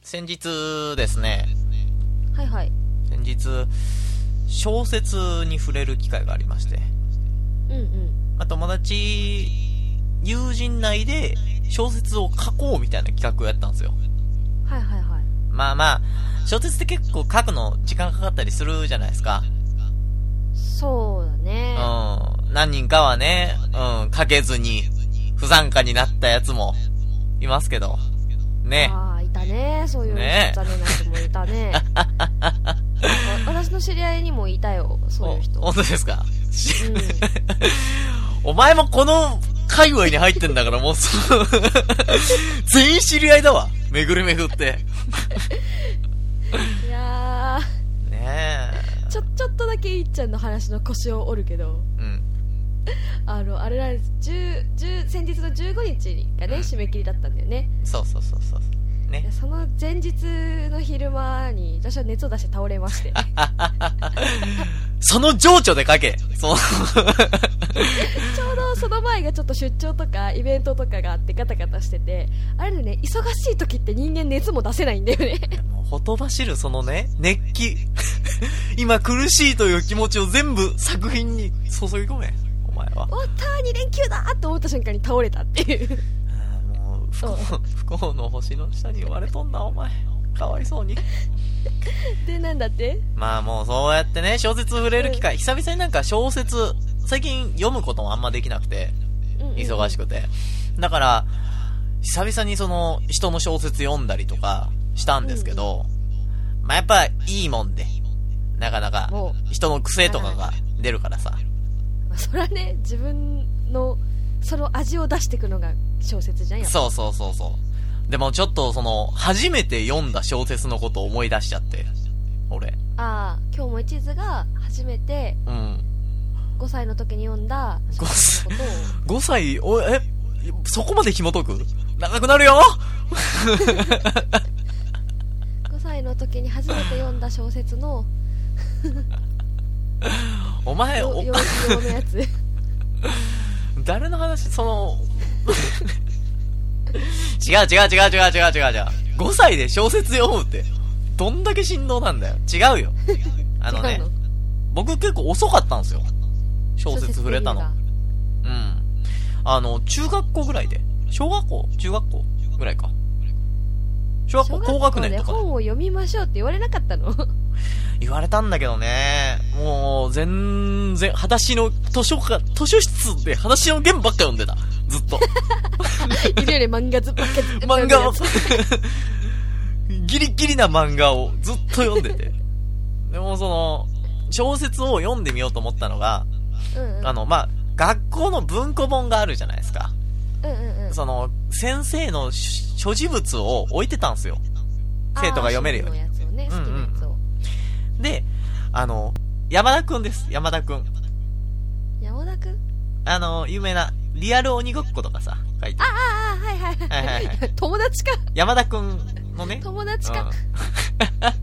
先日ですね、はいはい。先日、小説に触れる機会がありまして、うんうん。まあ、友達、友人内で小説を書こうみたいな企画をやったんですよ。はいはいはい。まあまあ、小説って結構書くの時間かかったりするじゃないですか。そうだね。うん。何人かはね、うん、書けずに、不参加になったやつも、いますけど。ね。ああ、いたね。そういうね残念な人もいた ね。わ私の知り合いにもいたよ、そういう人。おう本当ですかん。お前もこの界隈に入ってんだから、もうそう 全員知り合いだわ。めぐりめぐって。いやねー、ちょ、ちょっとだけいっちゃんの話の腰を折るけど、え。うん。あの、あれなんです。10、10先日の15日がね、締め切りだったんだよね。そうそうそうそう。いねや。その前日の昼間に、私は熱を出して倒れまして。その情緒で書け。そう。ちょうどその前がちょっと出張とかイベントとかがあってガタガタしててあれでね忙しい時って人間熱も出せないんだよね もうほとばしるそのね、熱 気。今苦しいという気持ちを全部作品に注ぎ込め。お前は終。わった2連休だと思った瞬間に倒れたっていう あーもう不幸、不幸の星の下に割れとんな、お前。かわいそうに。でなんだってまあもうそうやってね、小説触れる機会、久々になんか小説、最近読むこともあんまできなくて、忙しくくて。だから、久々にその人の小説読んだりとかしたんですけど、まあやっぱいいもんで、なかなかも人の癖とかが出るからさ。うそれはね自分のその味を出していくのが小説じゃんやっぱそうそうそうそう。でもちょっとその、初めて読んだ小説のことを思い出しちゃって、俺。ああ今日も一途が初めてうん。 5歳の時に読んだ小説のことを5歳、お、え、そこまで紐解く長くなるよ5歳の時に初めて読んだ小説 のお前、よおよ用のやつ誰の話、その、 違う違う違う違う違う違う違う。5歳で小説読むって、どんだけ振動なんだよ。違うよ。あの違ねう、僕結構遅かったんですよ。小説触れたの。小説ってうん。あの、中学校ぐらいで。小学校中学校ぐらいか。小学校小高学学校年でとかで本を読みましょうって言われなかったの 言われたんだけどね。もう、全然、裸足の図書館、図書室で裸足のゲームばっか読んでた。ずっと。いるよね漫画ずっかり 漫画をずっと、ギリギリな漫画をずっと読んでて。でもその、小説を読んでみようと思ったのが、読むやつあの、まあ、学校の文庫本があるじゃないですか。うんうんうんうんその、先生のし所持物を置いてたんですよ。生徒が読めるようにあー主婦のやつをね好きなやつを、で、あの、山田くんです。山田くん。山田くんあの、有名な、リアル鬼ごっことかさ、書いてる。ああはいはいはいはいはいは友達か山田くんのね、友達か、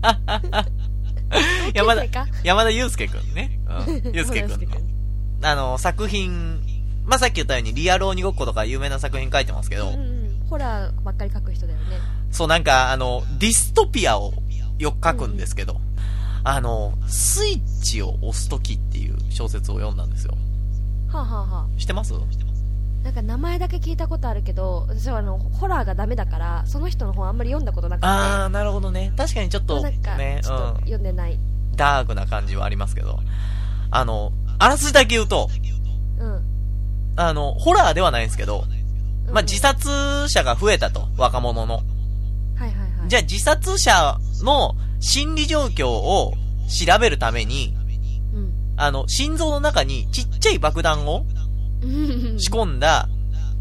うん山田同級生か、山田祐介くんね。う ん。祐介くんの。あの、作品、まあ、さっき言ったようにリアル鬼ごっことか有名な作品書いてますけど、うんうんホラーばっかり書く人だよねそうなんか、あの、ディストピアをよく書くんですけど、あの、スイッチを押すときっていう小説を読んだんですよ。はあ、はあは知ってますあ、なんか名前だけ聞いたことあるけど私はあのホラーがダメだからその人の本あんまり読んだことなくてあー、なるほどね。確かにちょっと、なんか、ね、ちょっと読んでないうん、ダークな感じはありますけど、あの、あらすじだけ言うと、うん、あの、ホラーではないんですけど、うんまあ、自殺者が増えたと、若者の。はいはいはいじゃあ自殺者の心理状況を調べるために、うんあの、心臓の中にちっちゃい爆弾を仕込んだ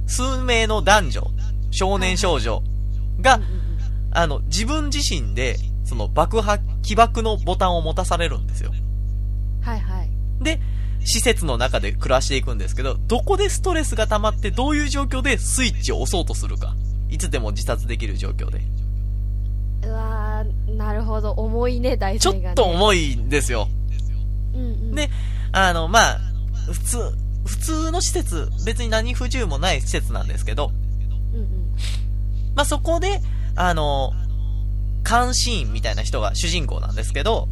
数名の男女、少年少女がうん、うんうんあの、自分自身で、その爆破、起爆のボタンを持たされるんですよ。はいはいで、施設の中で暮らしていくんですけど、どこでストレスが溜まってどういう状況でスイッチを押そうとするか。いつでも自殺できる状況で。うわーなるほど重いね題ちょ材が、ね、っと重いんですよ。うんうん、ねあの、まあ、普通、普通の施設、別に何不自由もない施設なんですけど、うんうんまあ、そこで、あの、監視員みたいな人が主人公なんですけど、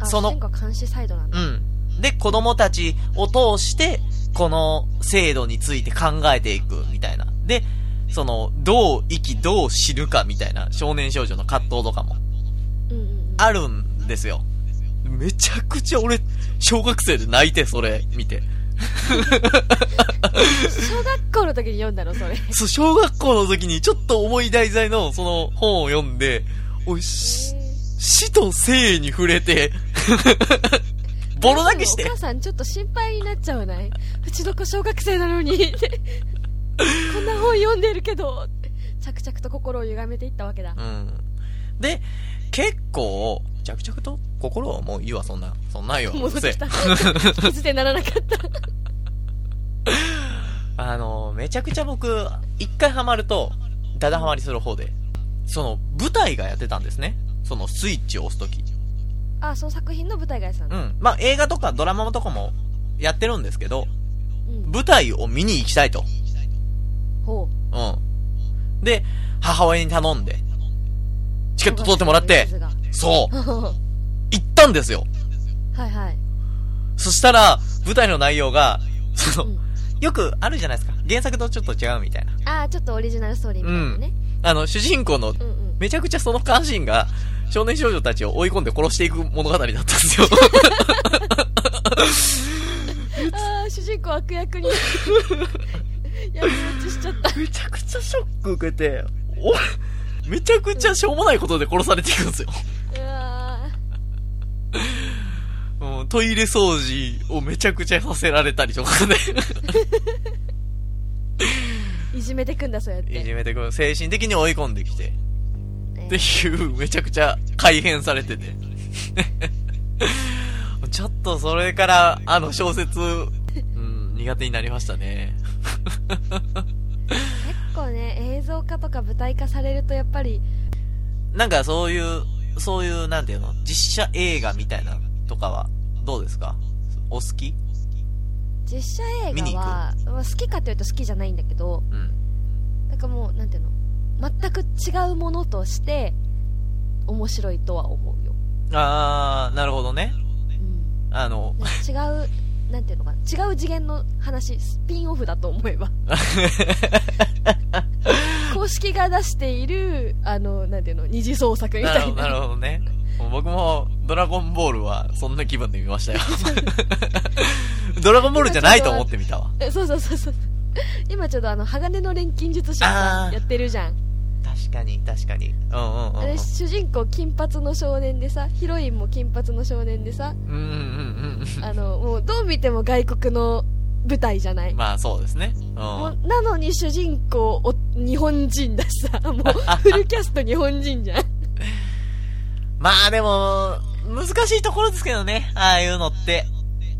あその主人公は監視サイドなんうだ、ん。で、子供たちを通して、この制度について考えていくみたいな。で、その、どう生き、どう知るかみたいな少年少女の葛藤とかもうんうんうん、あるんですよ。めちゃくちゃ俺、小学生で泣いて、それ、見て。小学校の時に読んだのそれそう、小学校の時にちょっと重い題材のその本を読んで、おい、し死と生に触れ て、 ボロ泣きしでてもお。母さんちょっと心配になっちゃわないうちの子小学生なのに ってこんな本読んでるけどって着々と心を歪めていったわけだうん。で、結構、着々と心はもういいわ、そんな。そんなんよ。戻うっるせえ てきた気づいてならなかったあの、めちゃくちゃ僕、一回ハマると、ダダハマりする方で、その、舞台がやってたんですね。その、スイッチを押すとき。あその作品の舞台がやさんうだん。まあ、映画とかドラマとかもやってるんですけど、うん舞台を見に行きたいと。ほううん。で、母親に頼んで、チケット取ってもらって、小学生そう、の人数行ったんですよ。が はいはいそしたら、舞台の内容が、その、うんよくあるじゃないですか。原作とちょっと違うみたいな。ああちょっとオリジナルストーリーみたいなね、あの、主人公の、うん、うんめちゃくちゃその関心が、少年少女たちを追い込んで殺していく物語だったんですよ。ああ主人公悪 役にやめようとしちゃっためちゃくちゃショック受けて、お、めちゃくちゃしょうもないことで殺されていくんですよ。うわうん、トイレ掃除をめちゃくちゃさせられたりとか ね。ーいじめてくんだそうやっいてじめてくる。精神的に追い込んできて。ねっていう、めちゃくちゃ改変されて て。ちょっとそれから、あの小説、うん、苦手になりましたね。結構ね映像化とか舞台化されるとやっぱりなんかそういう、そういう、なんていうの、実写映画みたいなとかは、どうですかお好き実写映見画に行くはまあ好きかというと好きじゃないんだけどうん。なんかもうなんていうの全く違うものとして面白いとは思うよ、あー、なるほどね。うんあの、なんか違うなんていうのかな違う次元の話スピンオフだと思え ば公式が出しているあのなんていうの二次創作みなるたほいど、なるなほどね。僕も、ドラゴンボールは、そんな気分で見ました よ。ドラゴンボールじゃないと思ってみたわ。えそうそうそうそう今ちょうどあの鋼の錬金術師があーやってるじゃん確かに、確かに。うんうんうんあうん。れ主人公金髪の少年でさヒロインも金髪の少年でさうんうんうんあのもうどう見ても外国の舞台じゃなういん。まあそうですね。うん。もあうなのに主人公お日本人だしさもうフルキャスト日本人じゃんまあでも、難しいところですけどね。ああいうのって。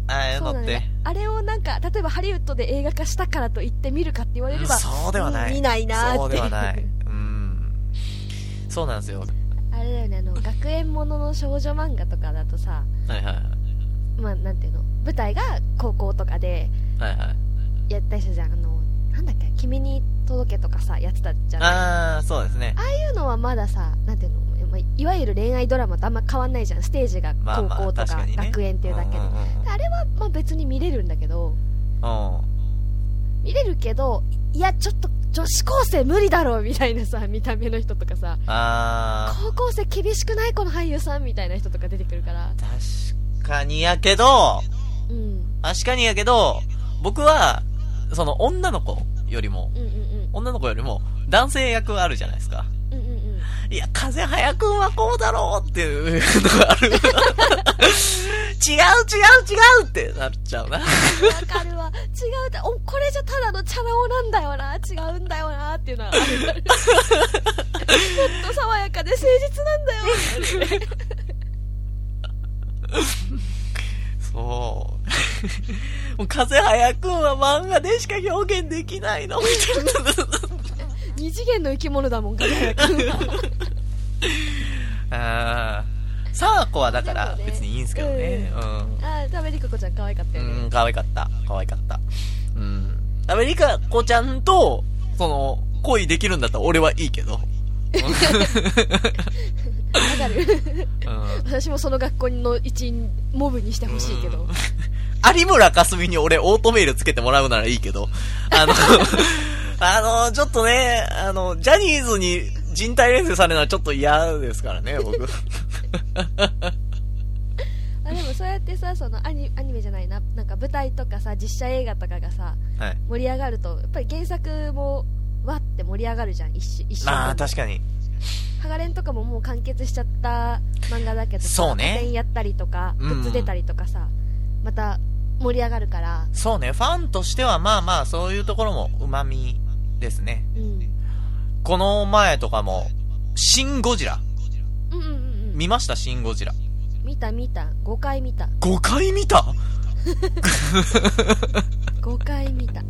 ああいうそのうなっんて。だよあれをなんか例えばハリウッドで映画化したからといって見るかって言われれば、うんそうではない。うん見ないなーってそうではない。うん。そうなんですよ。 あれだよねあの学園ものの少女漫画とかだとさはいはい。まあなんていうの舞台が高校とかではいはい。やったりしたじゃんあのなんだっけ「君に届け」とかさやってたじゃんああ、そうですね。そういうのはまださなんていうのまあいわゆる恋愛ドラマとあんま変わんないじゃんステージがまあ高まあ、校と確かかにね。学園っていうだけで、うんうんあれはまあ別に見れるんだけどうん。うん見れるけどいやちょっと女子高生無理だろうみたいなさ見た目の人とかさあ高校生厳しくないこの俳優さんみたいな人とか出てくるからあ、確かにやけど、うん確かにやけど、僕は、その女の子よりも、うんうんうん女の子よりも男性役あるじゃないですか。うんうんうんいや、風早くんはこうだろうっていうのがある。違う違う違うってなっちゃうな。わかるわ違うっておこれじゃただのチャラ男なんだよな違うんだよなっていうのはあるもっと爽やかで誠実なんだよそう。もう風早くんは漫画でしか表現できないのみ二次元の生き物だもんかねたい な。うん。サーコはだからでもね別にいいんすけどね。あー食べりここちゃん可愛かったうよね、ん。うん、可愛かった。可愛かった。うん。アメリカ子ちゃんと、その、恋できるんだったら俺はいいけど。わかる うん私もその学校の一員モブにしてほしいけど有村架純に俺オートメールつけてもらうならいいけど、あの、あの、ちょっとね、あの、ジャニーズに人体錬成されるのはちょっと嫌ですからね、僕。あでもそうやってさそのアニアニメじゃないななんか舞台とかさ実写映画とかがさはい。盛り上がるとやっぱり原作もわって盛り上がるじゃん一瞬一瞬まあ、確かに。ハガレンとかももう完結しちゃった漫画だけどさそうね古典やったりとかうんうんグッズ出たりとかさ、また盛り上がるからそうね、ファンとしてはまあまあ、そういうところも旨味ですね。うんこの前とかも、シン・ゴジラ。うんうんうんうん見ましたシン・ゴジラ。見た見た5回見た5回見た5回見た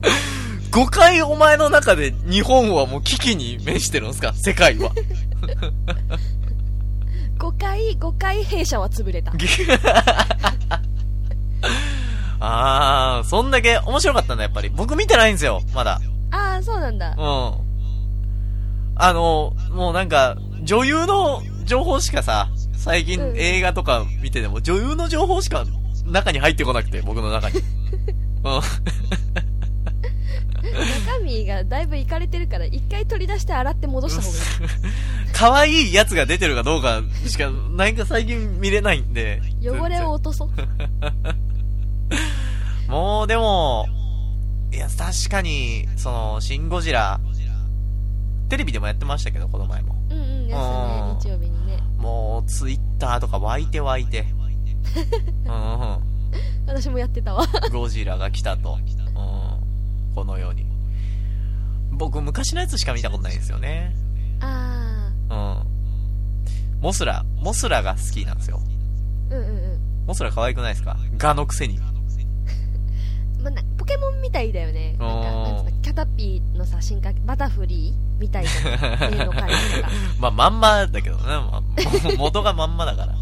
?5 回お前の中で日本はもう危機に面してるんですか世界は。 5回5回弊社は潰れた あー、そんだけ面白かったんだ、やっぱり。僕見てないんですよ、まだ。ああそうなんだうん。あの、もうなんか、女優の情報しかさ、最近うん映画とか見てても、女優の情報しか中に入ってこなくて、僕の中に。う中身がだいぶいかれてるから一回取り出して洗って戻した方がいいん。可愛いやつが出てるかどうかしか、なんか最近見れないんで。汚れを落とそうもうでも、いや、確かに、その、シン・ゴジラ、テレビでもやってましたけど、この前も。うんうんやつね日曜日にねもう、ツイッターとか湧いて湧い て。うんうん、私もやってたわゴジラが来たと。うん、このように。僕、昔のやつしか見たことないんですよね。あうん。モスラ、モスラが好きなんですよ。あうんうんモスラ可愛くないですかガのくせに。うん、まあ、なポケモンみたいだよねなんかおーなんつうのキャタピーのさ進化バタフリーみたいな 絵の感じとかまあ、まんまだけどね。まあも元がまんまだから。うん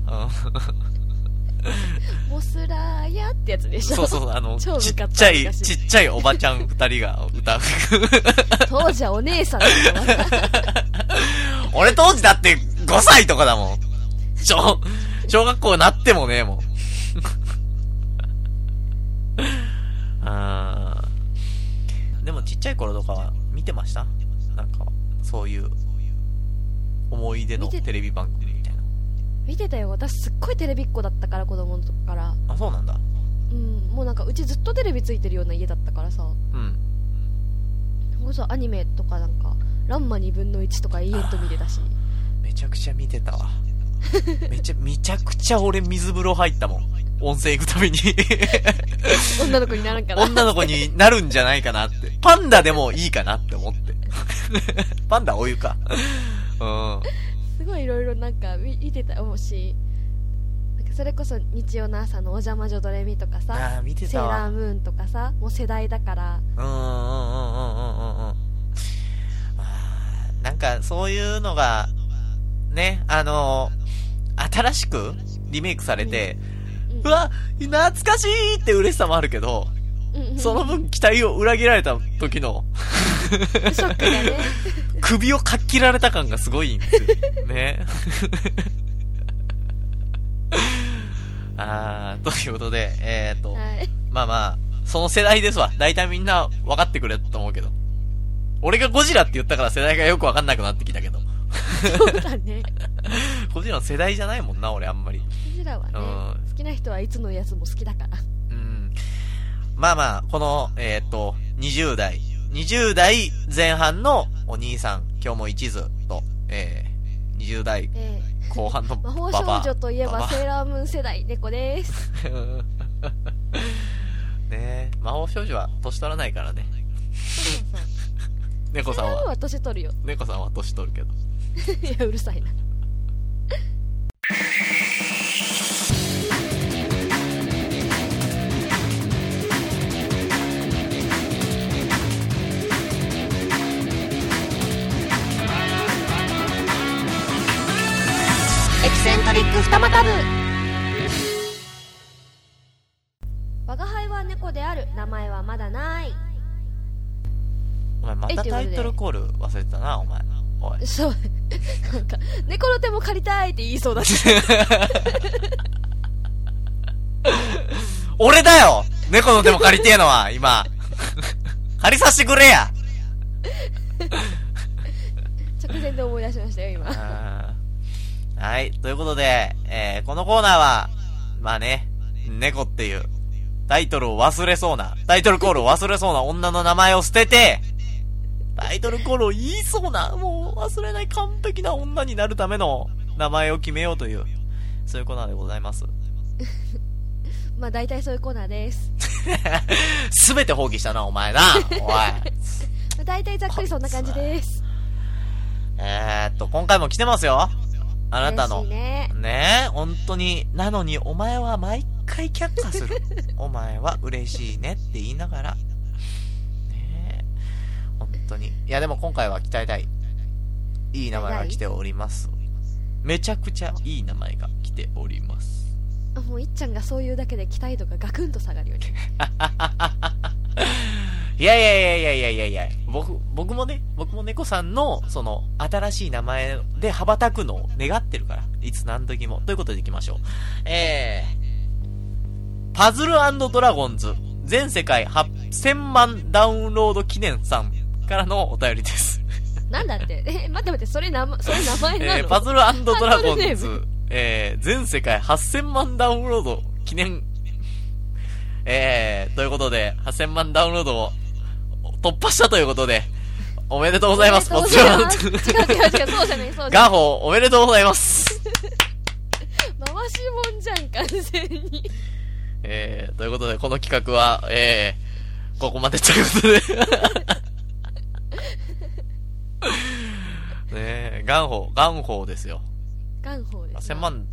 モスラーヤってやつでしょそうそう、あの、ち超っムカつくちゃい、昔ちっちゃいおばちゃん二人が歌う。 当時はお姉さんだったわ俺当時だって5歳とかだもん。小、小学校になってもね、もう。 あーでもちっちゃい頃とかは見てましたなんか、そういう、思い出の見てテレビ番組みたいな。見てたよ私すっごいテレビっ子だったから子供の時からあ、そうなんだ。うんもうなんかうちずっとテレビついてるような家だったからさうん。それこそアニメとかなんか「ランマ2分の1」とか永遠と見て たしめちゃくちゃ見てたわ。めちゃ、めちゃくちゃ俺水風呂入ったもん。温泉行くたびに。女の子にならんかな女の子になるんじゃないかなって。パンダでもいいかなって思って。パンダお湯か。うん。すごいいろいろなんか見見てた思うしなんかそれこそ日曜の朝の「お邪魔女ドレミ」とかさああ、見「てセたーラーわ。ムーン」とかさもう世代だからうんうんうんうんうんうんうん。まあなんかそういうのが、ね、あの、新しくリメイクされて、うんうわ、懐かしいって嬉しさもあるけど、うんうんその分期待を裏切られた時のショック がね首をかっきられた感がすごいんですよ。ね。 あー、ということで、えーと、はいまあまあ、その世代ですわ。大体みんな分かってくれたと思うけど。俺がゴジラって言ったから世代がよく分かんなくなってきたけど。そうだねゴジラの世代じゃないもんな、俺あんまり。うちらはねうん好きな人はいつのやつも好きだからうん。まあまあ、この、えーと、20代、20代前半のお兄さん、今日も一途と、えー、20代ええ後半の魔法少ババア女といえババばア セーラームーン世代猫ですねえ魔法少女は年取らないからねそうそうそう猫セさんーラームーンはは年取るよ猫さんは年取るけどいやうるさいなエキセントリック二股部我が輩は猫である名前はまだないお前まえたというタことでイトルコール忘れてたなお前おい。そう なんか猫の手も借りたいって言いそうだし俺だよ猫の手も借りてえのは、 今。借りさせてくれや直前で思い出しましたよ今うんはい。ということで、えーこのコーナーは、まあね、猫っていう、タイトルを忘れそうな、タイトルコールを忘れそうな女の名前を捨てて、タイトルコールを言いそうな、もう忘れない完璧な女になるための名前を決めようという、そういうコーナーでございます。まあ大体そういうコーナーですすべて放棄したな、お前な。おい。まあ大体ざっくりそんな感じですえーっと、今回も来てますよ。あなたの嬉しい。ねねえ、本当に。なのに、お前は毎回却下する。お前は嬉しいねって言いながら。ねえ、本当に。いや、でも今回は鍛えたい。いい名前が来ております。めちゃくちゃいい名前が来ております。もういっちゃんがそういうだけで期待度がガクンと下がるよね いやいやいやいやいやいやいや僕、僕もね、僕も猫さんの、その、新しい名前で羽ばたくのを願ってるから。いつ何時も。ということでいきましょう。えー、パズルドラゴンズ、全世界8000万ダウンロード記念さんからのお便りです。なんだってえ待って待ってそれ 名前それ名前なの、えー、パズルドラゴハンドルネンーズ、えー、全世界8000万ダウンロード記念、えー、ということで、8000万ダウンロードを突破したということで、おめでとうございます、おパめでズとルうございます違う違う違うドそうじゃないそうじゃないガホ、おめでとうございます。回しもんじゃん完全にえー、ということで、この企画は、えー、ここまでと いうことで。ねえ、ガンホ、ガンホですよ。元宝です1000ね万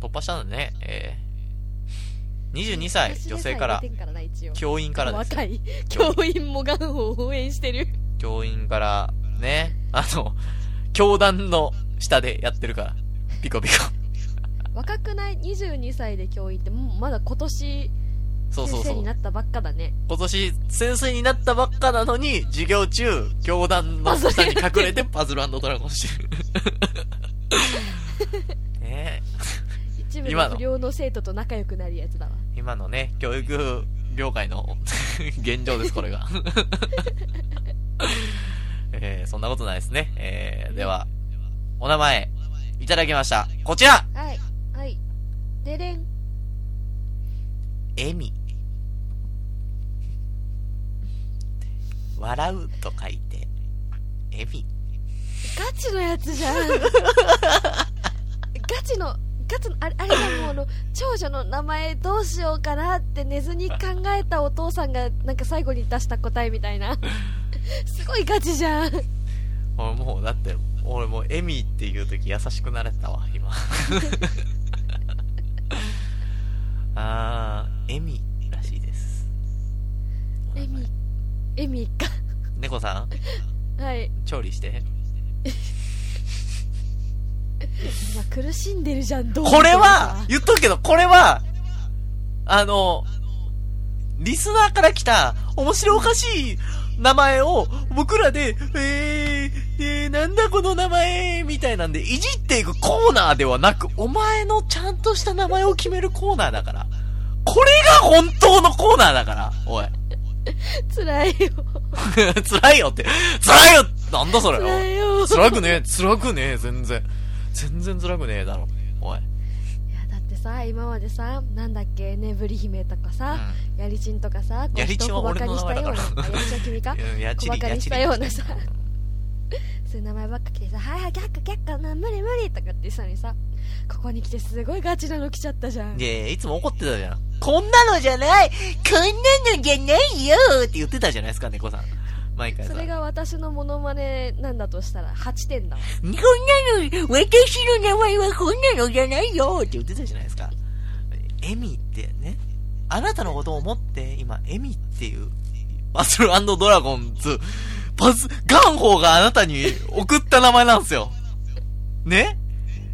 突破したんだね。えー、22歳、私女性から出、てんからな一応教員からです。若い教員も元宝を応援して る教員から、ね、あの、教団の下でやってるから、ピコピ コ。若くない22歳で教員ってもうまだ今年そうそう先そ生うに。なったばっかだね今年、先生になったばっかなのに、授業中、教団の下に隠れてパズルドラゴンしてる。 ね一部今のの不良の生徒と仲良くなるやつだわえ今のね、教育業界の 現状です、これが。 えーそんなことないですね。えーでは、お名前、いただきました。こちらはいはいでれん笑み。笑うと書いて、笑み。ガチのやつじゃん ガチのガチのあれあれだもうあの長女の名前どうしようかなって寝ずに考えたお父さんがなんか最後に出した答えみた いなすごいガチじゃん俺もうだって俺もうエミーっていう時優しくなれたわ今 あーエミーらしいですエミエミか猫さはいん調理して今苦しんでるじゃんどう見てもこれは言っとくけどこれはあのリスナーから来た面白おかしい名前を僕らで、えー、えー、なんだこの名前みたいなんでいじっていくコーナーではなく、お前のちゃんとした名前を決めるコーナーだから。これが本当のコーナーだから、おい。 辛いよ辛いよって。辛いよなんだそれ。辛おいいよ辛くねえ、辛くねえ、全然。全然辛くねえだろ。おい。いやだってさ今までさなんだっけ眠り姫とかさ、やりちんとかさこうやりちんは人を小馬鹿にしたよう俺の名前だなかあやりちんは 君かうん、やちり、小馬鹿やにちしり。たようなさそういう名前ばっか来てさ「はいはい却下却下な無理無理」とかって言ってたのにさここに来てすごいガチなの来ちゃったじゃんで、いつも怒ってたじゃん。こんなのじゃないこんなのじゃないよって言ってたじゃないですか、猫さん。毎回さ。それが私のモノマネなんだとしたら8点だわこんなの、私の名前はこんなのじゃないよって言ってたじゃないですか。エミってね、あなたのことを思って、今、エミっていう、パズルドラゴンズ、パズ、ガンホーがあなたに送った名前なんですよ。ね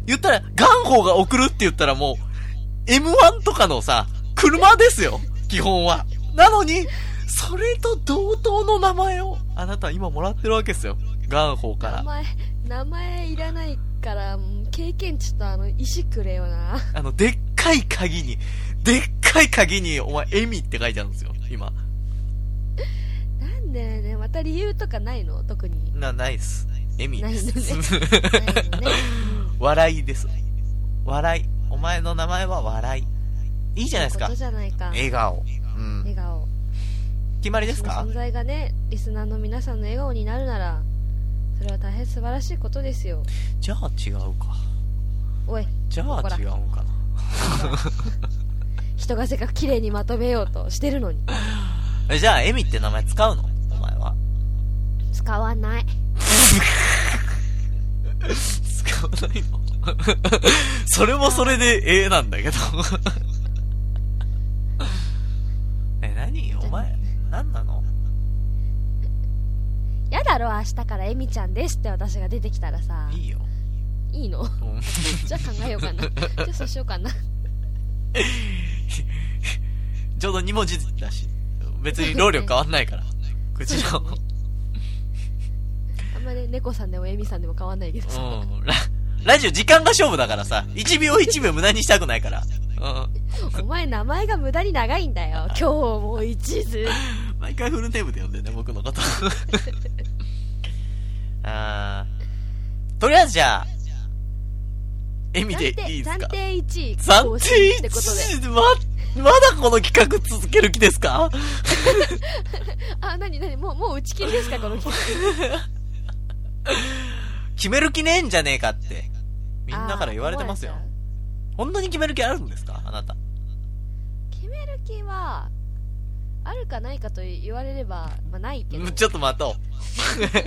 言ったら、ガンホーが送るって言ったらもう、M1 とかのさ、車ですよ、基本は。なのに、それと同等の名前を、あなた今もらってるわけですよ。ガンホーから名。前名前いらないからうん経験値とあの石くれよなあの、でっかい鍵に、でっかい鍵に、お前、エミって書いてあるんですよ、今。なんでねまた理由とかないの特にな、ないっす。エミでないのす。ないよね、 笑いです。笑い。お前の名前は笑い。いいじゃないですこかと。じゃないか笑顔。うん。笑顔決まりですそのか存在がねリスナーの皆さんの笑顔になるならそれは大変素晴らしいことですよじゃあ違うか。おいじゃあ違うんかな。人がせっかく綺麗にまとめようとしてるのにえじゃあ、エミって名前使うのお前は。使わない使わないの それもそれでええなんだけ どえ何お前何なのやだろ明日からエミちゃんですって私が出てきたらさいいよいいの うんじゃあ考えようか なじゃあそうしようかな ちょうど2文字だし別に労力変わんない から口のそうあんまり猫さんでもエミさんでも変わんないけどさうんララジオ時間が勝負だからさ1秒1秒無駄にしたくないからうんお前名前が無駄に長いんだよ今日も一途毎回フルネームで呼んでね僕のこと あーとりあえずじゃあエミで暫定いいです暫か定1位暫更新定ってことで1位ま、まだこの企画続ける気ですかあ何何もうもう打ち切りですかこの企決める気ねえんじゃねえかって、み画んなから言われてますよあー。思わ本当に決める気あるんですかあなた。れちゃう決める気はあるかないかと言われれば、まあ、ないけどちょっと待とう。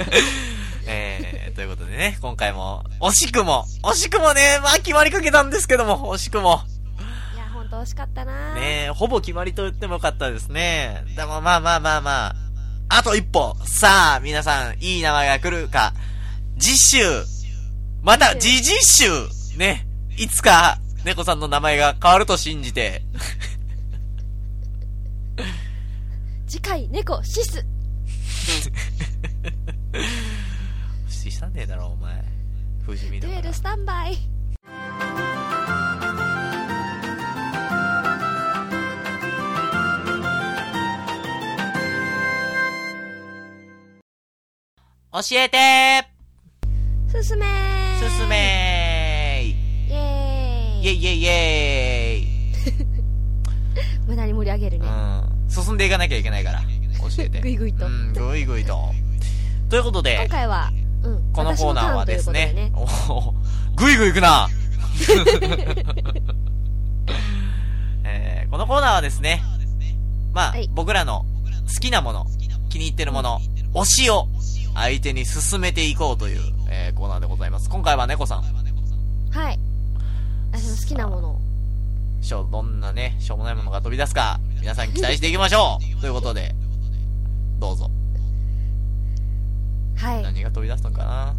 えー、ということでね、今回も、惜しくも、惜しくもね、まあ決まりかけたんですけども、惜しくも。いや本当惜しかったな、ねえ、ほぼ決まりと言ってもよかったですね。でもまあまあまあまあ。あと一歩。さあ、皆さん、いい名前が来るか。次週。また、次々週。ね。いつか、猫さんの名前が変わると信じて。次回猫シスししたねえだろ、お前。不死身デだュかエらルス。タンバイ教えて進めー進めイエーーイェイイイェイイェイ無駄に盛り上げるね、うん。進んでいかなきゃいけないから。教えて。ぐいぐいとうん、ぐいぐいと。ということで。今回は、うん、このコーナーはです私のねターンというこ、おおぐいぐい行くな えーこのコーナーはですね、まあ、はい僕らの好きなもの、気に入ってるもの、推しを相手に進めていこうという、えーコーナーでございます。今回は猫さん、とでねはい私の好きなものをしょどんなね、しょうもないものが飛び出すか、皆さん期待していきましょうということで、どうぞ。はい何が飛び出すのかな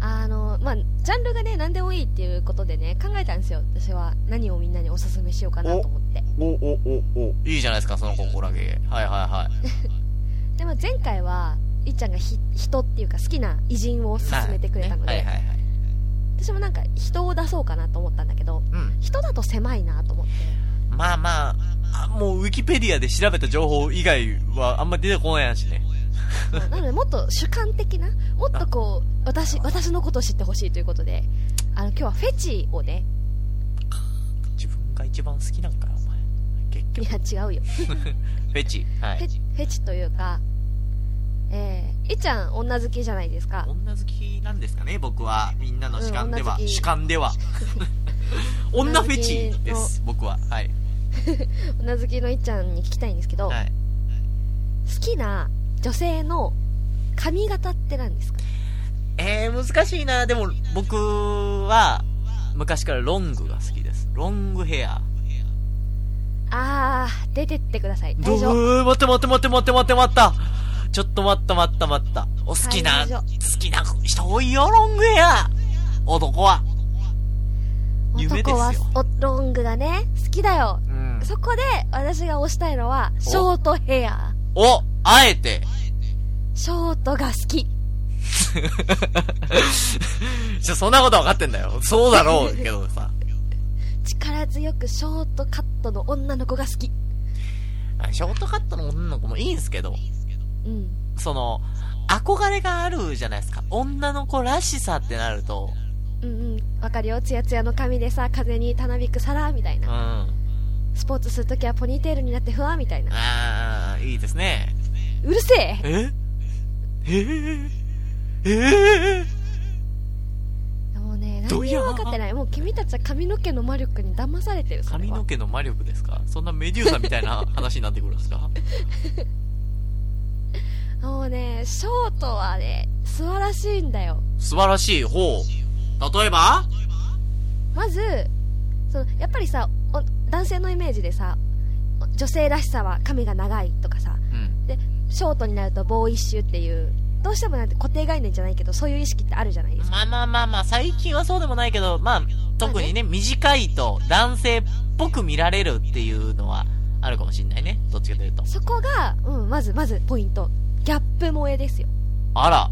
あのまあジャンルがね何でもいいっていうことでね考えたんですよ私は何をみんなにおすすめしようかなと思ってお、お、お、お。いいじゃないですか、その心がけ。はいはいはい。でも前回はいっちゃんがひ人っていうか好きな偉人を勧めてくれたので、はいはいはい。私もなんか人を出そうかなと思ったんだけどうん。人だと狭いなと思ってまあまあ、あもうウィキペディアで調べた情報以外はあんま出てこないやしね。そうなのでもっと主観的なもっとこう私私のことを知ってほしいということであの今日はフェチをね自分が一番好きなんかよお前。結い局。や違うよフェチ。はフェい。チフェチというかえー、いっちゃん女好きじゃないですか女好きなんですかね、僕は。みんなの主観では。うん女好き主観では。 女フェチです、僕は。はい。女好きのいっちゃんに聞きたいんですけど、はい。好きな女性の髪型って何ですかえー、難しいな。でも、僕は、昔からロングが好きです。ロングヘア。あー出てってくださいど大う丈夫ー待って待って待って待って待って待ったちょっと待った待った待った。お好きな、退場好きな人多いよ、ロングヘア男は。夢です男よはおロングがね好きだようんそこで私が推したいのはショートヘアお、あえて。ショートが好きちょ、そんなことは分かってんだよ。そうだろうけどさ。 力強くショートカットの女の子が好きあショートカットの女の子もいいんすけど、うんその、憧れがあるじゃないですか。女の子らしさってなると、うんうんわかるよツヤツヤの髪でさ風にたなびく皿みたいうん。なあスポーツするときはポニーテールになってふわみたいなあー、いいですね。うるせえええー、えー、もうねど何いにやも分かってないもう君たちは髪の毛の魔力に騙されてるそれ髪はの毛の魔力ですかそんなメデューサみたいな話になってくるんですかもうねショートはね素晴らしいんだよ素晴らしい方。例えばまずそのやっぱりさお男性のイメージでさ女性らしさは髪が長いとかさうん。ショートになるとボーイッシュっていうどうしてもなんて固定概念じゃないけどそういう意識ってあるじゃないですかまあまあまあまあ、最近はそうでもないけど、まあ、特にね、短いと男性っぽく見られるっていうのはあるかもしんないね。どっちかというと。そこが、うん、まずまずポイントギャップ萌えですよあら。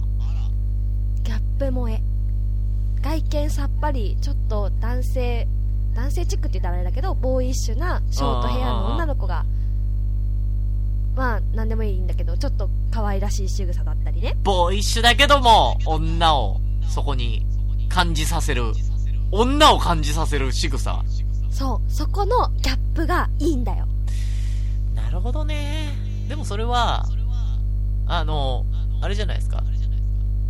ギャップ萌え外見さっぱりちょっと男性男性チックって言ったらあれだけどボーイッシュなショートヘアの女の子がまあ何でもいいんだけどちょっと可愛らしい仕草だったりねボーイッシュだけども、女をそこに感じさせる。女を感じさせる仕草。そうそこのギャップがいいんだよなるほどね。でもそれは、あの、あれじゃないですか。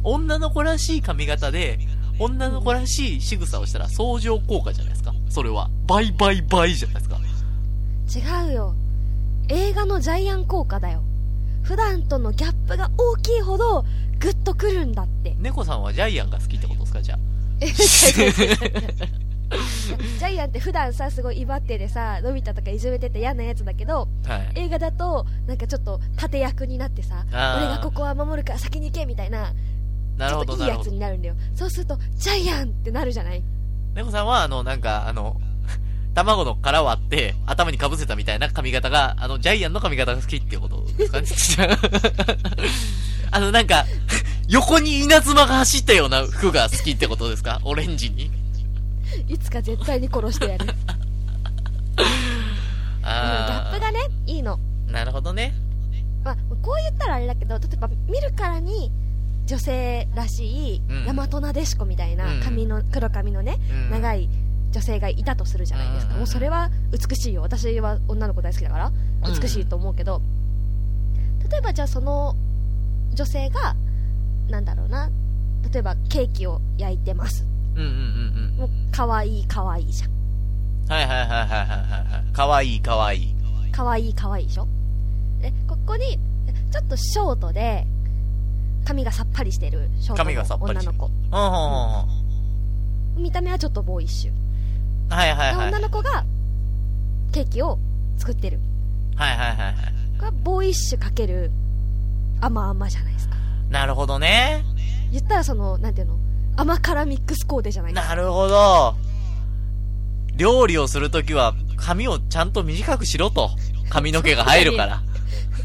女の子らしい髪型で、女の子らしい仕草をしたら相乗効果じゃないですか。それは。倍倍倍じゃないですか。違うよ映画のジャイアン効果だよ普段とのギャップが大きいほどグッとくるんだって猫さんはジャイアンが好きってことですかじゃあ。 え違う違う違う違うジャイアンって普段さすごい威張ってでさのび太とかいじめてて嫌なやつだけど はい。映画だとなんかちょっと盾役になってさあー俺がここは守るから先に行けみたいななちるょほっとど、いいなるやほつど。になるんだよそうするとジャイアンってなるじゃない猫さんは、あの、なんか、あの、 卵の殻割って、頭に被せたみたいな髪型が、あの、ジャイアンの髪型が好きっていうことですかね あの、なんか、 横に稲妻が走ったような服が好きってことですかオレンジに。いつか絶対に殺してやるうんギャ あップがねいいのー、なるほどね。まあ、こう言ったらあれだけど例えば見るからに女性らしいうん大和なでしこみたいなうん髪の黒髪のね、うん長い女性がいたとするじゃないですか、うんもうそれは美しいよ私は女の子大好きだからうん美しいと思うけど、例えばじゃあその女性がなんだろうな例えばケーキを焼いてますうんうんうんうん。もう可愛い可愛いじゃんはいはいはいはいはいはいはい。かわいいかわいい。可愛い可愛いでしょでここにちょっとショートで髪がさっぱりしてるショ髪がーさトっのぱりして女のる子うんうんうんうん。見た目はちょっとボーイッシュ、はいはいはい。はいは女いの子がケーキを作ってるはいはい。これはボーイッシュかける甘々じゃないですかなるほどね。言ったらそのなんていうの甘辛ミックスコーデじゃないですかなるほど。料理をするときは、髪をちゃんと短くしろと。髪の毛が入るから。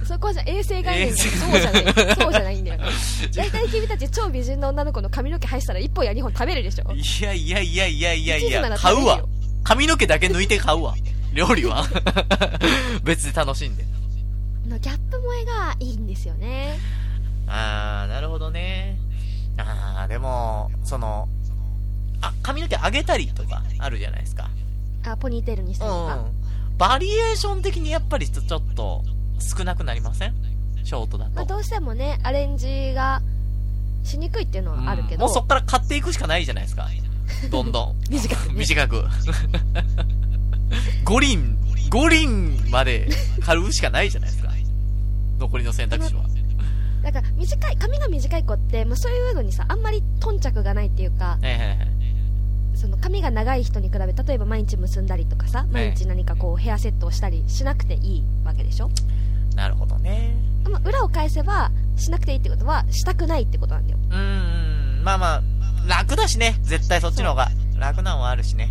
そこはじゃ衛生概念衛が生そうじゃないそうじゃないんだよ 大体君たち超美人の女の子の髪の毛生やしたら1本や2本食べるでしょいやいやいやいやいやい一途なや、ら買食べうるよわ。髪の毛だけ抜いて買うわ。 料理は別で楽しんで。のギャップ萌えがいいんですよねあー、なるほどね。あー、でも、その、あ、髪の毛上げたりとかあるじゃないですか。あポニーテールにしたりとか、うん。バリエーション的にやっぱりちょちょっと少なくなりませんショートだまあ、と。どうしてもねアレンジがしにくいっていうのはあるけど、うんもうそっから買っていくしかないじゃないです か。どんどん。短く、ね、短く。 五輪、五輪まで買うしかないじゃないですか。残りの選択肢は。だから短い髪が短い子ってもうそういうのにさあんまり頓着がないっていうかええその髪が長い人に比べ例えば毎日結んだりとかさ毎日何かこうヘアセットをしたりしなくていいわけでしょ、なるほどね。まあ、裏を返せばしなくていいってことはしたくないってことなんだようーん、まあまあ、楽だしね。絶対そっちの方が。楽なんはあるしね。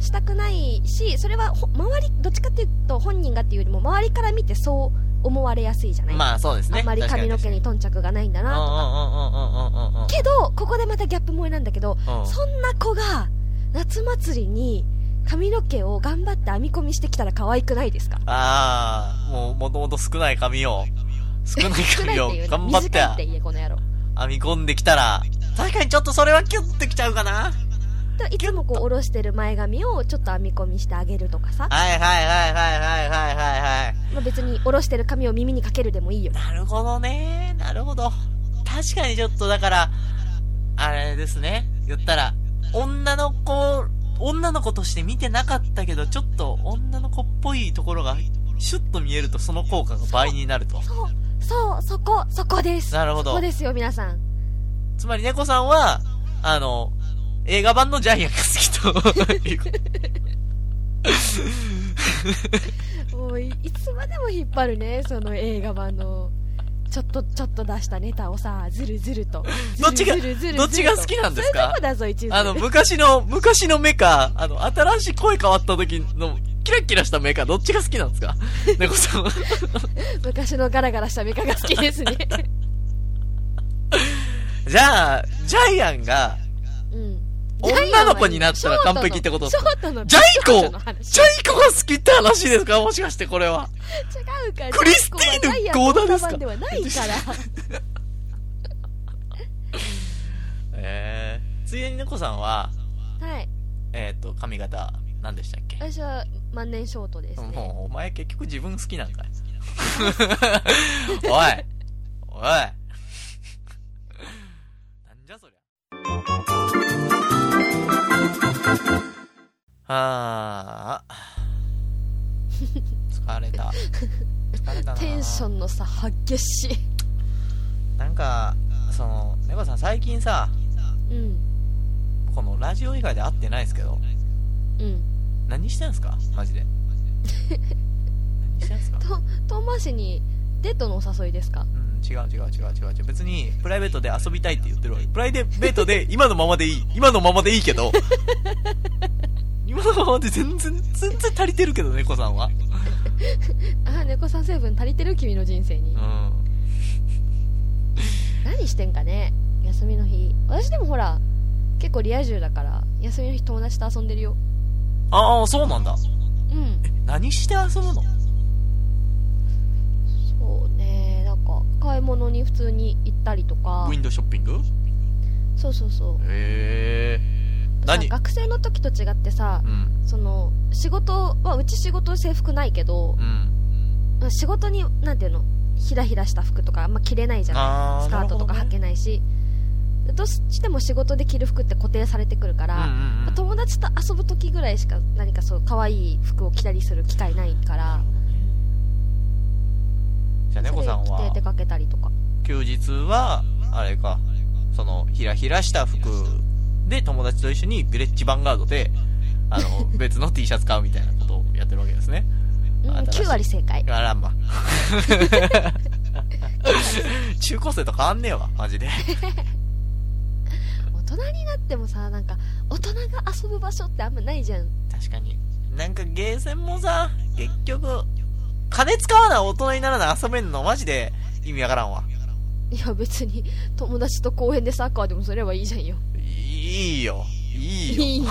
したくないしそれはほ周りどっちかっていうと本人がっていうよりも周りから見てそう思われやすいじゃない、まあそうですね。あんまり髪の毛に頓着がないんだ確なかに確かに。うんうんうんうんうんうんうんうん。けどここでまたギャップ萌えなんだけど、うんそんな子が夏祭りに髪の毛を頑張って編み込みしてきたら可愛くないですかああ、もう、もともと少ない髪を、少ない少ない髪っをていう頑張っ短ていって言えこの野郎編み込んできたら、確かにちょっとそれはキュッてきちゃうかな。だからいつもこう下ろしてる前髪をちょっと編み込みしてあげるとかさ、はいはいはいはいはいはいはいはい。まあ、別に下ろしてる髪を耳にかけるでもいいよなるほどね。なるほど。確かにちょっとだから、あれですね。言ったら、女の子、女の子として見てなかったけど、ちょっと女の子っぽいところが、シュッと見えるとその効果が倍になると。そうそうそこそこですなるほどそこですよ皆さんつまり猫さんは、あの、映画版のジャイアンが好きと いうこと。もういいつまでも引っ張るねその映画版のちょっとちょっと出したネタをさずるずるとどっちがずるずるずるずるとどっちが好きなんですそういうかとこだぞ一途あの、昔の、昔のメカ、あの、新しい声変わった時の、キラキラしたメカ、どっちが好きなんですか猫さんは。昔のガラガラしたメカが好きですねじゃあ、ジャイアンが、うん女の子になったら完璧ってことですかショートのジャイコショートの話ジャイコが好きって話ですかもしかしてこれは。違うからクリスティーヌジャイコはダイアンのゴーダですか歌番ではないから えー、ついでに猫さんは、はいえっ、と、髪型、何でしたっけ私は万年ショートですねもう、お前結局自分好きなん かい。おいおいなんじゃそりゃ。あーあ。疲れた。疲れたな。テンションの差激しいなんか、その、猫さん最近さ、うんこのラジオ以外で会ってないですけど、うん何してんすかマ ジで。何してんすかと遠回しにデートのお誘いですかうん違う違う違う違う違う別にプライベートで遊びたいって言ってるわけプライベートで今のままでいい今のままでいいけ ど今のままで全然全然足りてるけど猫さんはあ猫さん成分足りてる君の人生に、うん何してんかね休みの日私でもほら結構リア充だから休みの日友達と遊んでるよああそうなんだうん何して遊ぶのそうねなんか買い物に普通に行ったりとかウィンドウショッピングそうそうそうへえ何さ学生の時と違ってさうんその仕事はうち仕事制服ないけどうんまあ仕事になんていうのひらひらした服とかあんま着れないじゃないあスカートとか履けないしど,、うしても仕事で着る服って固定されてくるかなら、るほどねうんうんうんまあ友達と遊ぶ時ぐらいしか何かそう可愛い服を着たりする機会ないからじゃあそ猫れさん着て出はかけたりとか休日はあれかそのひらひらした服で友達と一緒にヴィレッジヴァンガードであの別の T シャツ買うみたいなことをやってるわけですねうん新しい9割正解あらんま 中高生と変わんねえわマジで大人になってもさなんか大人が遊ぶ場所ってあんまないじゃん確かになんかゲーセンもさ結局金使わな大人にならな遊べんのマジで意味わからんわいや別に友達と公園でサッカーでもすればいいじゃんよいいよいいよいいんだ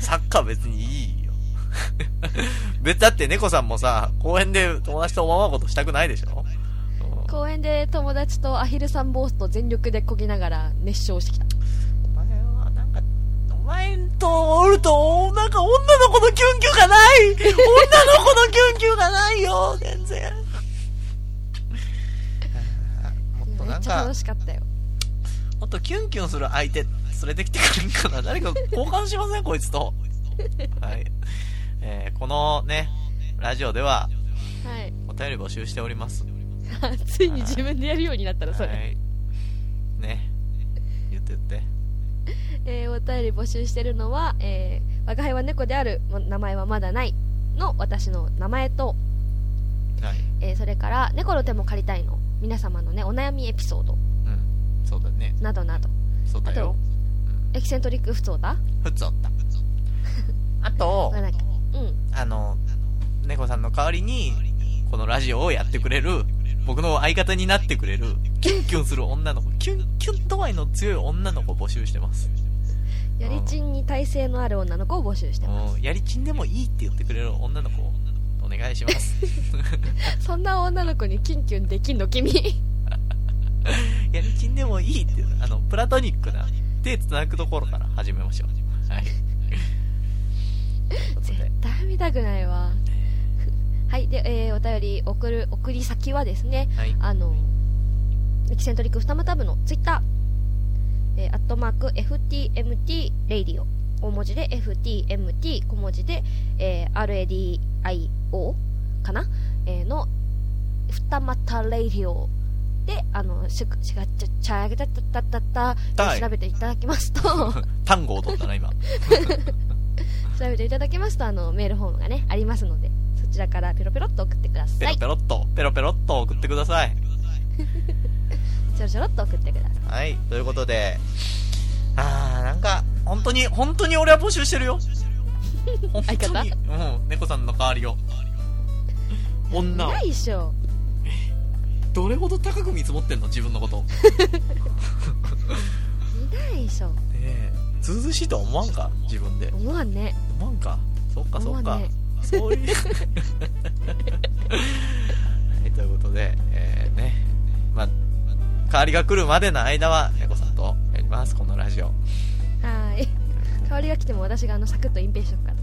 サッカー別にいいよ。 別だって猫さんもさ、公園で友達とおままごとしたくないでしょうん 公園で友達とアヒルさん坊主と全力でこぎながら熱唱してきたお前はなんか、お前とおると、なんか女の子のキュンキュンがない女の子のキュンキュンがないよ全然。もっとめなっんちゃか楽、しかったよもっとキュンキュンする相手連れてきてくれんかな誰か交換しませんこいつと。はい。えーこのね、ラジオでは、はいお便り募集しております。あついに 自分でやるようになったらそれ、はい。ね。言って言って。えーお便り募集してるのは、えー我が輩は猫であるま名前はまだないの私の名前と、はい。えーそれから猫の手も借りたいの皆様のねお悩みエピソードうん。そうだね。などなどそうだよ。エキセントリック不通だふつおった。あとなん、だっけうんあの、猫さんの代わりに、このラジオをやってくれる、僕の相方になってくれる、キュンキュンする女の子、キュン、キュン度合いの強い女の子を募集してます。やりちんに耐性のある女の子を募集してますうん、やりちんでもいいって言ってくれる女の子をお願いします。そんな女の子にキュンキュンできんの君やりちんでもいいっていう、あの、プラトニックな、手繋ぐところから始めましょう。 はい。ということ絶で対見たくないわはいで、えーお便り送る送り先はですねはい。あのエキセントリック二股部のツイッター、えー、アットマーク FTMT レイディオ大文字で FTMT 小文字で、えー RADIO かな、えーの二股レイディオであのしくしがちゃちゃやげたたたたたはでい調べていただきま すと調単語を取ったな、今。べていただきますとあのメールフォームがねありますのでそちらからペロペロっと送ってくだペさロいペロっと、ペロペロっと送ってください。ちょろちょろっと送ってくださいはい、ということで、あー、なんか、本当に、本当に俺は募集してる よ。本当に、うん、猫さんの代わりを。女をな、いでしょどれほど高く見積もってんの、自分のこと。ねいないでしょえ、ずうずうしいとは思わんか、自分で。思わんね思わんか。そっかそっ思わかんね。そういう。 はい、ということで、えー、ね、まあ、代わりが来るまでの間は、猫さんとやります、このラジオ。 はーい代わりが来ても私があのサクッと隠蔽しようから